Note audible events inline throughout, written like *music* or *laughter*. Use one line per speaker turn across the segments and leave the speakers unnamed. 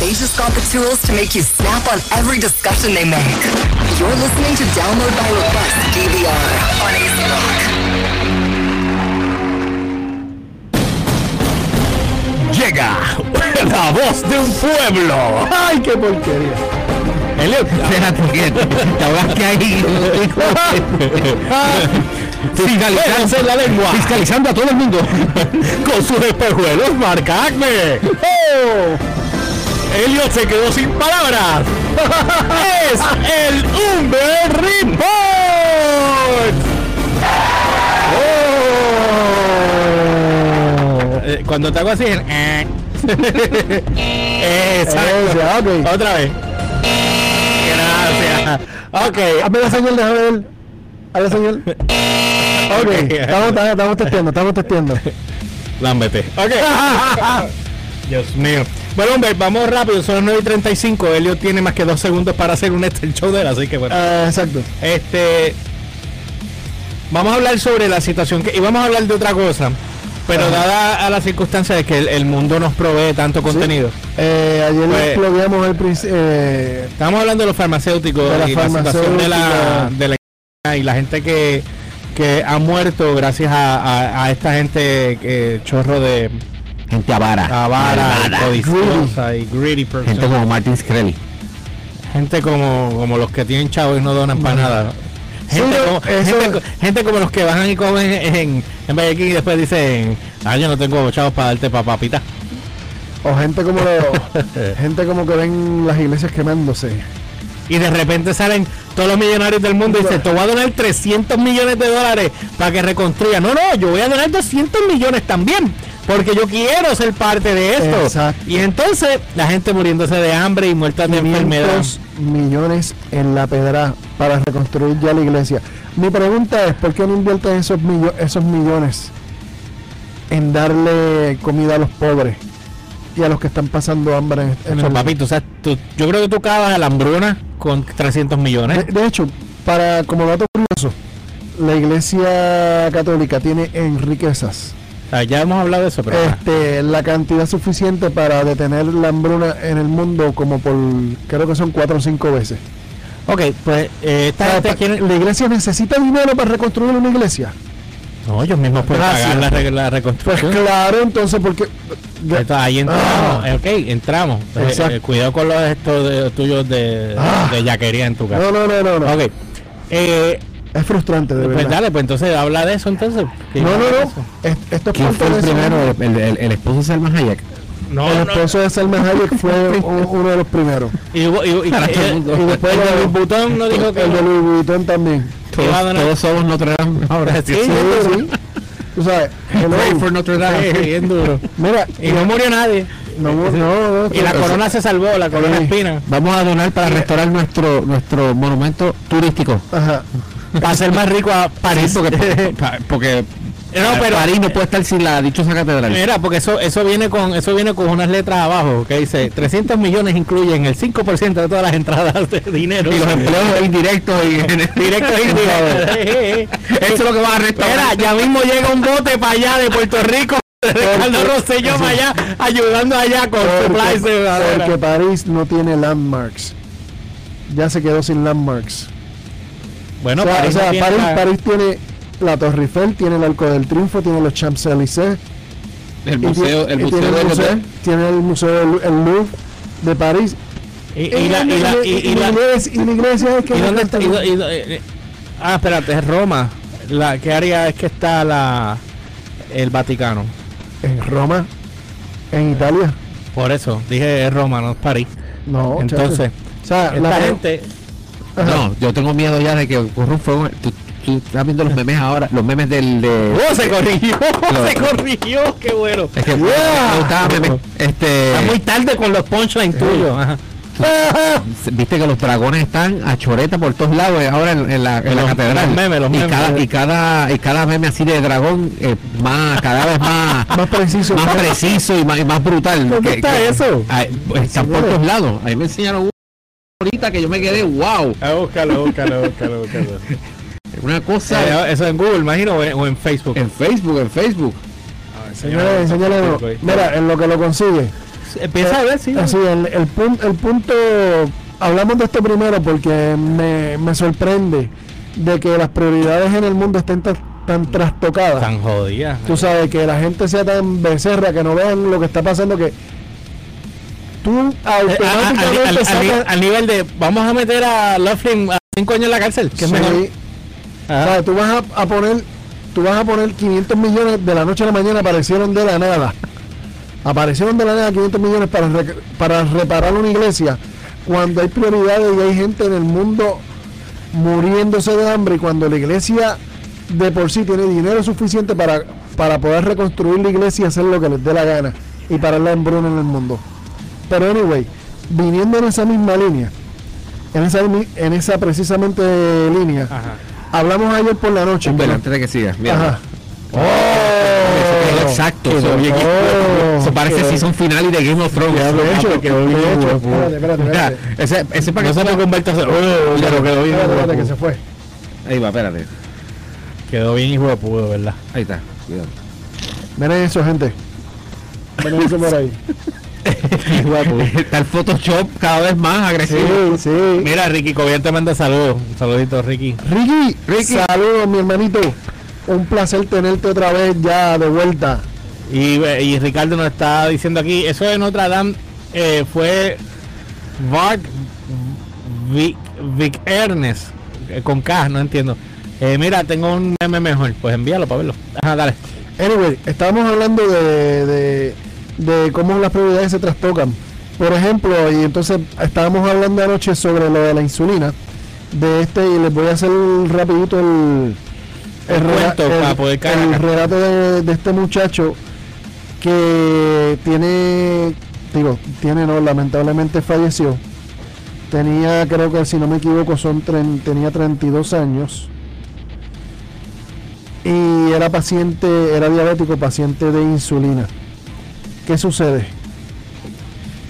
latest got the tools to make you snap on every discussion they make. You're listening to Download by Request DVR on Ace Rock.
Llega la voz de un pueblo.
¡Ay, qué porquería!
Elio, espérate que te
*laughs*
ahogaste ahí.
Fiscalizando
Fiscalizando,
la lengua.
fiscalizando a todo el mundo.
Con sus espejuelos, marca Acme.
Oh.
Elliot se quedó sin palabras. es el Humber Report. ¡Oh!
Cuando te hago así, el, *laughs* eh. Exacto.
Ese, ok.
Otra vez. Gracias. Ok.
Hazme la señal, déjame ver. Haz la señal.
*laughs*
Ok, estamos, estamos, estamos testeando, estamos
*laughs*
testeando.
Lámbete.
*laughs*
Ok. Dios mío. Bueno, hombre, vamos rápido. Son las 9 y 35. Elio tiene más que dos segundos para hacer un este show de él, así que bueno.
Ah, exacto.
Este. Vamos a hablar sobre la situación que, y vamos a hablar de otra cosa. Pero dada a la circunstancia de que el, el mundo nos provee tanto contenido.
Eh, ayer
Pues-
lo explodeamos el princi- eh,
Estamos hablando de los farmacéuticos
De la
y la situación de la, de la- y la gente que, que ha muerto gracias a, a- a esta gente eh, chorro de
Gente
Ah,
avara.
avara,
Malvada.
codiciosa y greedy person.
Gente como Martin Scully.
Gente como, como los que tienen chavos y no donan para nada. Gente,
Sí,
como,
eso-
gente, co- gente como los que bajan y comen en, en Burger King y después dicen, ah, yo no tengo chavos para darte para papita.
o gente como
*laughs*
lo- gente como que ven las iglesias quemándose.
Y de repente salen todos los millonarios del mundo y dicen, te voy a donar 300 millones de dólares para que reconstruya. No, no, yo voy a donar 200 millones también, porque yo quiero ser parte de esto.
Exacto.
Y entonces la gente muriéndose de hambre y muerta de enfermedad.
500 millones en la pedra para reconstruir ya la iglesia. Mi pregunta es, ¿por qué no inviertes esos, millo- esos millones en darle comida a los pobres y a los que están pasando hambre? en- en
Eso,
el-
papi, tú sabes, tú- yo creo que tú cavas a la hambruna con 300 millones.
De, de hecho, para como dato curioso, la iglesia católica tiene en riquezas
Ah, ya hemos hablado de eso, pero ah. ajá.
este, la cantidad suficiente para detener la hambruna en el mundo como por, creo que son cuatro o cinco veces.
ok, pues eh, esta
Ah,
gente
pa-
quiere-
La iglesia necesita dinero para reconstruir una iglesia.
no, ellos mismos pueden
Gracias.
pagar la, re- la
Pues
reconstrucción.
claro, entonces porque
Ahí está, ahí entramos,
Ah.
eh, ok, entramos. Eh,
Exacto.
eh, cuidado con los estos de- tuyos de,
Ah.
de yaquería en tu casa.
no, no, no, no, no.
Ok, eh,
Es frustrante de
pues
verdad.
dale, pues entonces habla de eso entonces. ¿Qué
No, no,
habla de
no.
eso?
Es- esto es
¿Quién
parte
fue el
de eso.
primero? El, el- el- el esposo de Selma Hayek.
No,
El
no,
esposo de Salma Hayek fue u- uno de los primeros.
Y, hubo- y,
*laughs*
y- y-
Y después
el de
lo-
Luis Butón no dijo que
el de Louis Vuitton también.
que iba a
Todos,
donar-
todos somos Notre Dame. Ahora
Sí,
sí.
Sí, sí. Tú sabes. hello.
Pray for Notre Dame.
Sí, bien duro.
Mira,
Y no murió nadie.
no, no, no,
Y la
eso-
corona se salvó, la corona
Sí.
espina.
Vamos a donar para restaurar nuestro nuestro monumento turístico.
Ajá.
Para ser más rico a París.
Sí, porque, pa- porque
No, pero- Eh.
París no puede estar sin la dichosa catedral.
Mira, porque eso eso viene con eso viene con unas letras abajo que dice 300 millones incluyen el 5% de todas las entradas de dinero
Y los empleos indirectos y *laughs*
*laughs* directos e *laughs* indirectos.
Eso es lo que va a
Mira,
restaurar.
ya
*laughs*
mismo llega un bote para allá de Puerto Rico, de Ricardo Rosselló para allá, ayudando allá con
Porque,
supplies de madera.
porque París no tiene landmarks. Ya se quedó sin landmarks.
Bueno,
o sea,
París
o sea,
no tiene
París,
la-
París tiene la Torre Eiffel, tiene el Arco del Triunfo, tiene los Champs-Élysées,
el
y
museo,
ti-
el
y tiene
museo de
museo- tiene el museo del Lu- el Louvre de París.
y, y la- y la- y- y la-
iglesia, y la iglesia es que
¿y dónde está? Y do- y do- eh, eh, ah, espérate, es Roma. La, ¿Qué área es que está la el Vaticano?
en Roma, en Italia.
Por eso, dije es Roma, no es París.
No,
Entonces,
Oh, chacho. o sea,
esta
la
gente
No, yo tengo miedo ya de que ocurra un fuego. Tú, tú estás viendo los memes ahora, los memes del de.
¡Oh, se corrigió! *laughs* ¡Oh,
Lo-
¡Se corrigió! ¡Qué bueno!
Es que
Yeah.
me gustaba meme. Este.
Está muy tarde con los punchlines tuyos. ajá.
Viste que los dragones están a choreta por todos lados eh, ahora en, en la, en la
Los-
catedral.
los memes, los
y
memes.
cada y cada y cada meme así de dragón eh, más cada vez
*laughs*
más
*laughs* más preciso.
más preciso y más, y más brutal.
¿Dónde está eso?
Ay, pues, están por
Señores.
todos lados. Ahí me enseñaron uno ahorita que yo me quedé wow.
Ah, búscalo, búscalo, búscalo, búscalo.
Una cosa
Eh, *laughs* Eso en Google, imagino, o en, o en
Eh,
Facebook. Ah,
en Facebook, en Facebook.
Señores, enséñale uno. Mira, en lo que lo consigue.
empieza a ver, sí.
Así, el, el, pun- el punto, hablamos de esto primero porque me, me sorprende de que las prioridades en el mundo estén tan, tan trastocadas.
Tan jodida.
Tú sabes, que la gente sea tan becerra, que no vean lo que está pasando, que tú
Eh, a- a- a-
automáticamente
a- a-
sacas...
a nivel de vamos a meter a Laughlin a 5 años en la cárcel, que es
Sí,
mejor.
o
Ajá.
sea, tú vas a, a poner tú vas a poner 500 millones de la noche a la mañana aparecieron de la nada. Aparecieron de la nada 500 millones para, re- para reparar una iglesia cuando hay prioridades y hay gente en el mundo muriéndose de hambre y cuando la iglesia de por sí tiene dinero suficiente para, para poder reconstruir la iglesia y hacer lo que les dé la gana y parar la hambruna en el mundo. Pero anyway, viniendo en esa misma línea, en esa, mi- en esa precisamente línea,
Ajá.
hablamos ayer por la noche.
Bueno,
que-
antes de que siga, mira.
Ajá.
Eso quedó
¡Oh!
exacto.
Quedó-
eso, bien-
¡Oh!
eso parece
Quedó-
season final y de Game of Thrones. Ah, pues, eso,
Quedó
cabrón,
bien hecho,
quedó
quedó
bien
bien
hecho.
hecho. Espérate, espérate,
Ya,
espérate.
Ese ese para
No
que
sé por qué Humberto se. Uy, ya lo quedó
Espérate,
bien. hijo
espérate,
de
que se
pu-
fue.
Ahí va, espérate.
Quedó bien hijo de pudo, ¿verdad?
Ahí está. Cuidado.
Miren eso, gente. Miren eso por ahí.
está el Photoshop cada vez más agresivo.
Sí, sí.
Mira, Ricky Cobian te manda saludos. Saluditos, Ricky.
Ricky,
Ricky.
saludos, mi hermanito. Un placer tenerte otra vez ya de vuelta.
Y, eh, y Ricardo nos está diciendo aquí, eso de Notre Dame eh, fue Bart Vic, Vic Ernest, eh, con K, no entiendo. Eh, mira, tengo un meme mejor, pues envíalo para verlo. Ajá, dale.
Anyway, estábamos hablando de, de, de cómo las prioridades se trastocan. Por ejemplo, y entonces estábamos hablando anoche sobre lo de la insulina, de este, y les voy a hacer rapidito el,
El
rela-
cuento para poder caer
el
acá.
relato de, de este muchacho que tiene, digo, tiene no, lamentablemente falleció. Tenía, creo que si no me equivoco, son tren- tenía 32 años. Y era paciente, era diabético, paciente de insulina. ¿Qué sucede?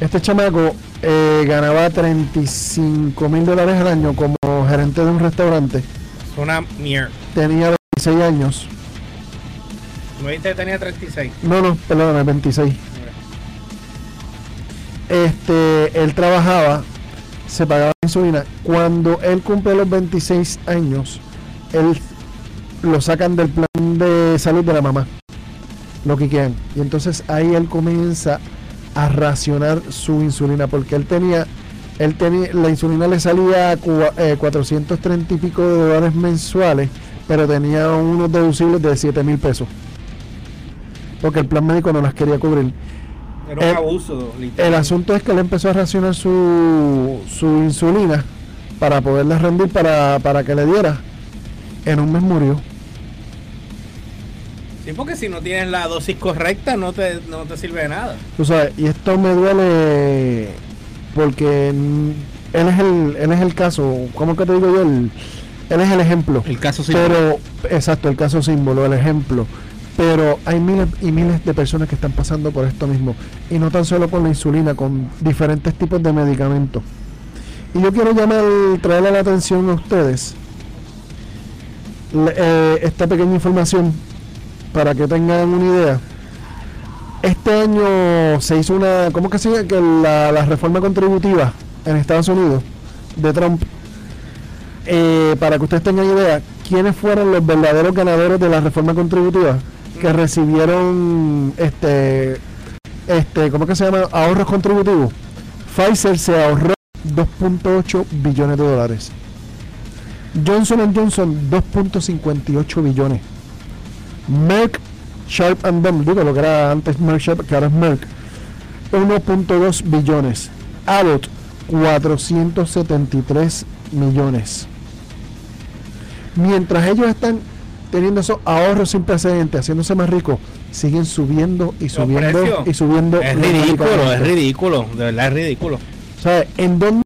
Este chamaco eh, ganaba 35 mil dólares al año como gerente de un restaurante.
Una mierda.
Tenía 26 años.
Me dijiste que tenía 36.
No, no, perdóname, 26. Este, él trabajaba, se pagaba insulina. Cuando él cumple los 26 años, él lo sacan del plan de salud de la mamá. Lo que quieran. Y entonces ahí él comienza a racionar su insulina porque él tenía él tenía la insulina le salía a cua- eh, 430 y pico de dólares mensuales, pero tenía unos deducibles de 7 mil pesos porque el plan médico no las quería cubrir.
Era un
El-
abuso,
El
literal.
asunto es que él empezó a racionar su, su insulina para poderla rendir para, para que le diera. En un mes murió.
Sí, porque si no tienes la dosis correcta, no te, no te sirve de nada.
Tú sabes, y esto me duele porque mm, él es el, él es el caso, ¿cómo es que te digo yo? El- él es el ejemplo.
El caso sí.
Pero, exacto, el caso símbolo, el ejemplo. Pero hay miles y miles de personas que están pasando por esto mismo. Y no tan solo con la insulina, con diferentes tipos de medicamentos. Y yo quiero llamar, traerle la atención a ustedes le- eh, esta pequeña información para que tengan una idea. Este año se hizo una, ¿cómo que se llama? Que la, la reforma contributiva en Estados Unidos de Trump. Eh, para que ustedes tengan idea, ¿quiénes fueron los verdaderos ganadores de la reforma contributiva que recibieron este, este, ¿cómo que se llama? Ahorros contributivos. Pfizer se ahorró 2.8 billones de dólares. Johnson Johnson 2.58 billones. Merck, Sharp and Dohme, digo lo que era antes Merck Sharp, que ahora es Merck, 1.2 billones. Abbott 473 millones. Mientras ellos están teniendo esos ahorros sin precedentes, haciéndose más ricos, siguen subiendo y subiendo
precios.
y subiendo.
Es
los
ridículo,
medicamentos.
es ridículo, de verdad es ridículo.
O sea, ¿en dónde?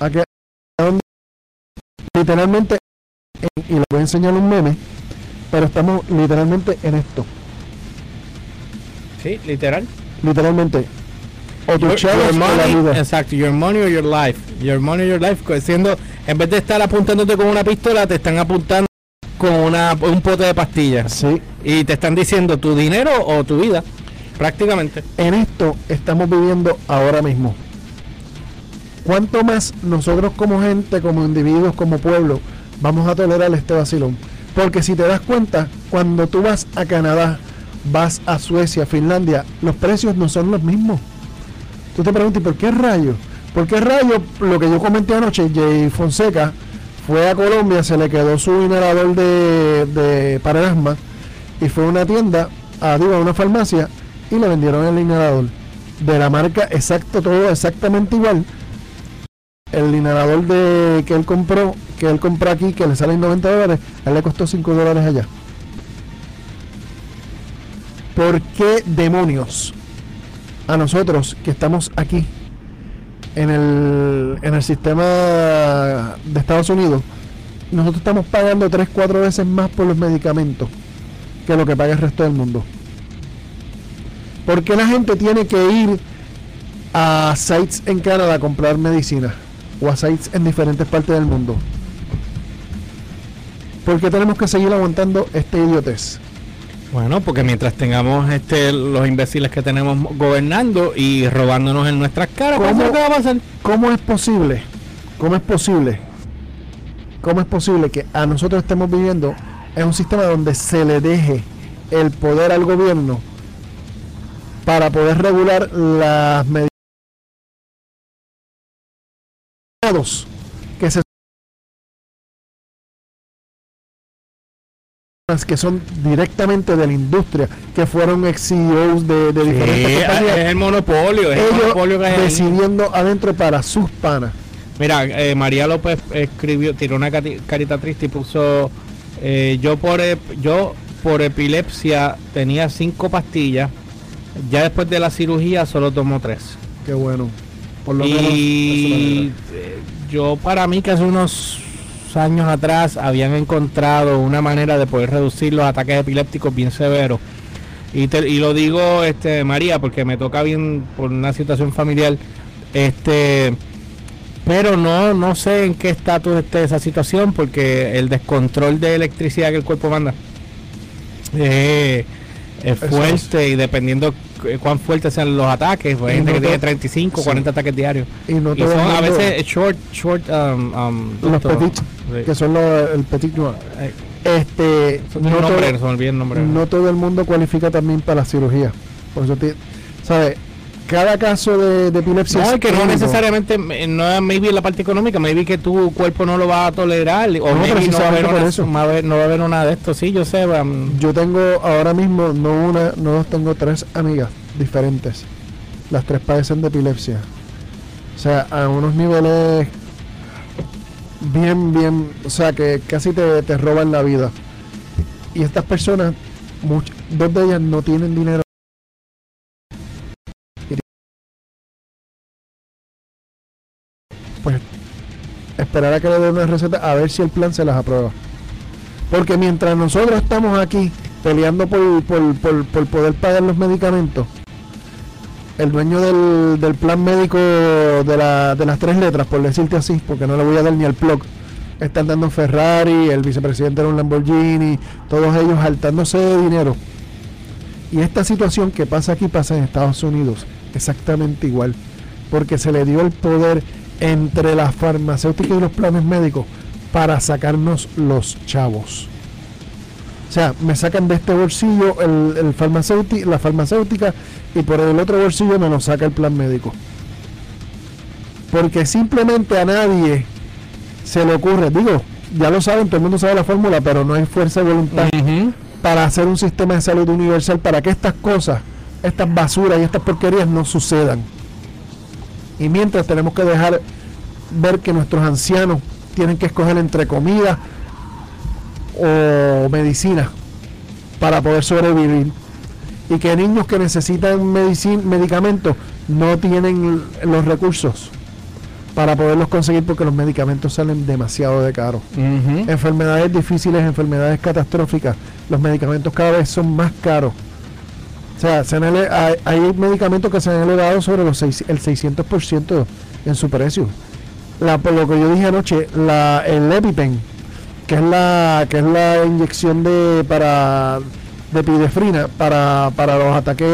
¿A qué? a dónde- Literalmente, en- y les voy a enseñar un meme, pero estamos literalmente en esto.
Sí, literal.
Literalmente. O tu
Your,
chavo
your
o la
money,
vida.
exacto, your money or your life. Your money or your life, co- siendo, en vez de estar apuntándote con una pistola, te están apuntando con una, un pote de pastillas.
Sí.
Y te están diciendo tu dinero o tu vida. Prácticamente.
en esto estamos viviendo ahora mismo. ¿Cuánto más nosotros como gente, como individuos, como pueblo, vamos a tolerar este vacilón? Porque si te das cuenta, cuando tú vas a Canadá, vas a Suecia, Finlandia, los precios no son los mismos. Tú te preguntas, ¿y por qué rayo? ¿Por qué rayo? Lo que yo comenté anoche, Jay Fonseca fue a Colombia, se le quedó su inhalador de, de para el asma y fue a una tienda, a, digo, a una farmacia y le vendieron el inhalador de la marca exacto, todo exactamente igual. El inhalador de, que él compró, que él compró aquí, que le sale en 90 dólares, a él le costó 5 dólares allá. ¿Por qué demonios a nosotros que estamos aquí en el, en el sistema de Estados Unidos, nosotros estamos pagando 3, 4 veces más por los medicamentos que lo que paga el resto del mundo? ¿Por qué la gente tiene que ir a sites en Canadá a comprar medicina? O a sites en diferentes partes del mundo. ¿Por qué tenemos que seguir aguantando este idiotez?
Bueno, porque mientras tengamos este los imbéciles que tenemos gobernando y robándonos en nuestras caras,
¿Cómo?
¿cómo que va a pasar?
¿Cómo es posible? ¿Cómo es posible? ¿Cómo es posible que a nosotros estemos viviendo en un sistema donde se le deje el poder al gobierno para poder regular las medidas que se que son directamente de la industria, que fueron ex CEOs de, de diferentes
Sí,
compañías?
Eh, es el monopolio, es el monopolio
ellos
que hay ahí.
decidiendo adentro para sus panas.
Mira, eh, María López escribió, tiró una cati- carita triste y puso eh, yo por ep- yo por epilepsia tenía cinco pastillas, ya después de la cirugía solo tomo tres.
Qué bueno. Por lo menos.
Y
eso
eh, yo para mí que hace unos años atrás habían encontrado una manera de poder reducir los ataques epilépticos bien severos. Y, te- y lo digo, este María, porque me toca bien por una situación familiar. Este, pero no, no sé en qué estatus esté esa situación, porque el descontrol de electricidad que el cuerpo manda eh, es
Eso
fuerte y dependiendo cu- cuán fuertes sean los ataques,
Y
pues, hay gente
no
que
te-
tiene 35,
sí.
40 ataques diarios.
Y no
Y
todo
son
el
a
mundo-
veces short, short, um, um,
Los
doctor.
petites,
Sí.
que son los, el petit noir.
Eh,
Este,
son-
no,
el nombre, se
todo,
me olvidó el nombre.
no todo el mundo cualifica también para la cirugía. Por eso, ti- ¿sabes? Cada caso de, de epilepsia.
No,
es
y que no
único.
necesariamente, eh, no maybe la parte económica, maybe que tu cuerpo no lo va a tolerar, o maybe no va a
precisamente
haber
por
una-
eso.
no va a haber- no va a haber una de esto, sí, yo sé, um,
Yo tengo ahora mismo, no una, no dos, tengo tres amigas diferentes. Las tres padecen de epilepsia. O sea, a unos niveles bien, bien, o sea, que casi te, te roban la vida. Y estas personas, much- dos de ellas no tienen dinero. Y ti- Pues esperar a que le den una receta a ver si el plan se las aprueba. Porque mientras nosotros estamos aquí peleando por, por- por- por poder pagar los medicamentos, el dueño del, del plan médico de, la- de las tres letras, por decirte así, porque no le voy a dar ni el blog, están dando un Ferrari, el vicepresidente de un Lamborghini, todos ellos saltándose de dinero. Y esta situación que pasa aquí pasa en Estados Unidos, exactamente igual, porque se le dio el poder entre las farmacéuticas y los planes médicos para sacarnos los chavos. O sea, me sacan de este bolsillo el, el farmacéuti- la farmacéutica y por el otro bolsillo me lo saca el plan médico. Porque simplemente a nadie se le ocurre, digo, ya lo saben, todo el mundo sabe la fórmula, pero no hay fuerza de voluntad
ujú.
para hacer un sistema de salud universal para que estas cosas, estas basuras y estas porquerías no sucedan. Y mientras tenemos que dejar ver que nuestros ancianos tienen que escoger entre comida o medicina para poder sobrevivir. Y que niños que necesitan medicin- medicamentos no tienen los recursos para poderlos conseguir porque los medicamentos salen demasiado de caros
Ujú.
enfermedades difíciles, enfermedades catastróficas, los medicamentos cada vez son más caros. O sea, se han ele- hay, hay medicamentos que se han elevado sobre los seis- el 600% en su precio. La, por lo que yo dije anoche, la, el EpiPen, que es la que es la inyección de para de pidefrina para, para los ataques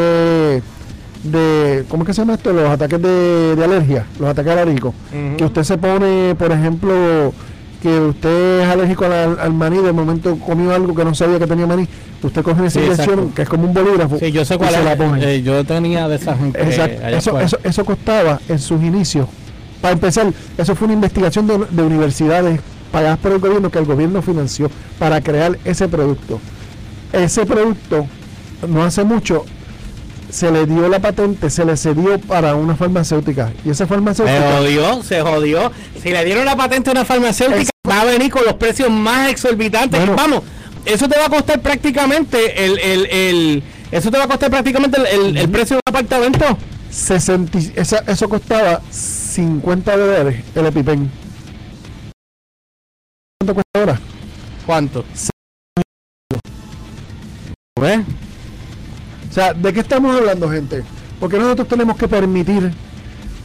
de. ¿Cómo es que se llama esto? Los ataques de, de alergia, los ataques alérgicos. Que usted se pone, por ejemplo, que usted es alérgico al, al maní, de momento comió algo que no sabía que tenía maní. Usted coge esa
Sí,
inyección,
exacto.
que es como un bolígrafo.
Sí, yo sé
y
cuál
se
es.
la pone.
eh, yo tenía de esas gente.
Exacto.
Eh, allá
eso,
afuera.
eso, eso costaba en sus inicios. Para empezar, eso fue una investigación de, de universidades pagadas por el gobierno que el gobierno financió para crear ese producto. Ese producto, no hace mucho, se le dio la patente, se le cedió para una farmacéutica. Y esa
Se
farmacéutica,
jodió, se jodió. Si le dieron la patente a una farmacéutica,
Es-
va a venir con los precios más exorbitantes.
Bueno.
Vamos, eso te va a costar prácticamente el, el, el- eso te va a costar prácticamente el, el- el precio de un apartamento.
60 y- esa- eso costaba 50 dólares el EpiPen. ¿Cuánto cuesta ahora?
¿Cuánto?
O sea, ¿de qué estamos hablando, gente? Porque nosotros tenemos que permitir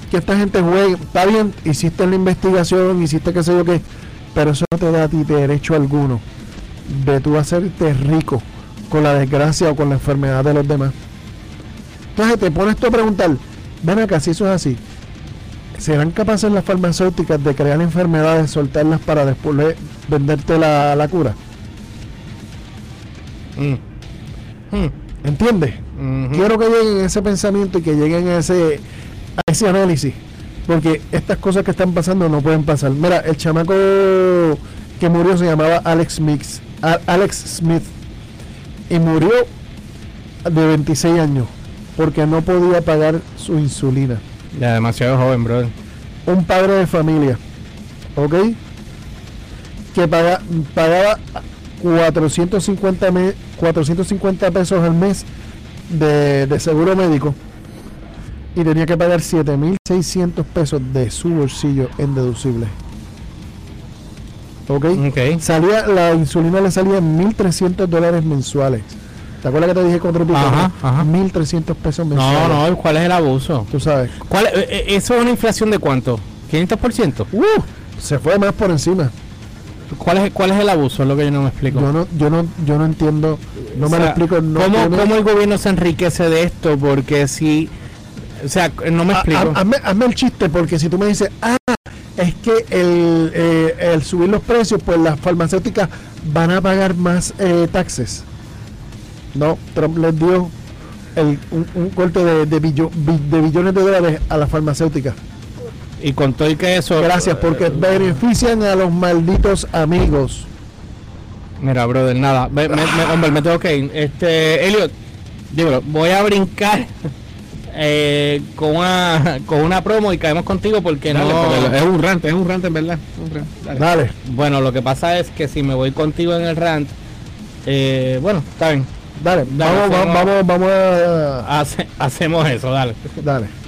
que esta gente juegue. Está bien, hiciste la investigación, hiciste qué sé yo qué, pero eso no te da a ti derecho alguno de tú hacerte rico con la desgracia o con la enfermedad de los demás. Entonces te pones tú a preguntar, ven acá, si eso es así, ¿serán capaces las farmacéuticas de crear enfermedades, soltarlas para después le- venderte la, la cura? Mm. ¿Entiendes? Quiero que lleguen a ese pensamiento y que lleguen a ese, a ese análisis. Porque estas cosas que están pasando no pueden pasar. Mira, el chamaco que murió se llamaba Alex Mix, A- Alex Smith. Y murió de 26 años. Porque no podía pagar su insulina
Ya, demasiado joven, brother.
un padre de familia, ¿ok? Que paga- pagaba 450, me- 450 pesos al mes de, de seguro médico y tenía que pagar 7.600 pesos de su bolsillo en deducible. ¿Ok?
Ok.
Salía, la insulina le salía en 1.300 dólares mensuales. ¿Te acuerdas que te dije cuatro pico?
Ajá, ajá.
1.300 pesos mensuales.
No, no, ¿cuál es el abuso?
Tú sabes.
¿Cuál,
e,
eh, eh, ¿Eso es una inflación de cuánto? ¿500%?
¡Uh! Se fue más por encima.
¿Cuál es, ¿Cuál es el abuso? Es lo que yo no me explico.
Yo no, yo no, yo no entiendo, no
O
me lo
sea,
explico, no
¿cómo,
tiene-
cómo el gobierno se enriquece de esto? Porque si... O sea, no me
Ha-
explico.
ha- hazme, hazme el chiste, porque si tú me dices, ah, es que el, eh, el subir los precios, pues las farmacéuticas van a pagar más eh, taxes. No, Trump les dio el- un, un corte de, de, billo- bi- de billones de dólares a las farmacéuticas.
y con todo y que eso...
ah. Gracias, porque benefician a los malditos amigos.
Mira, brother, nada. Ve- me- me- hombre, me tengo que ir. Este, Elliot, dímelo, voy a brincar *laughs* eh, con, una, con una promo y caemos contigo porque
Dale,
no...
porque es un rante, es un rante en verdad. Un rant, dale.
Dale,
Bueno, lo que pasa es que si me voy contigo en el rant, eh, bueno, está bien. *laughs*
dale,
Dale,
vamos,
hacemos-
vamos, vamos, vamos a...
Hace- hacemos eso, dale.
Dale.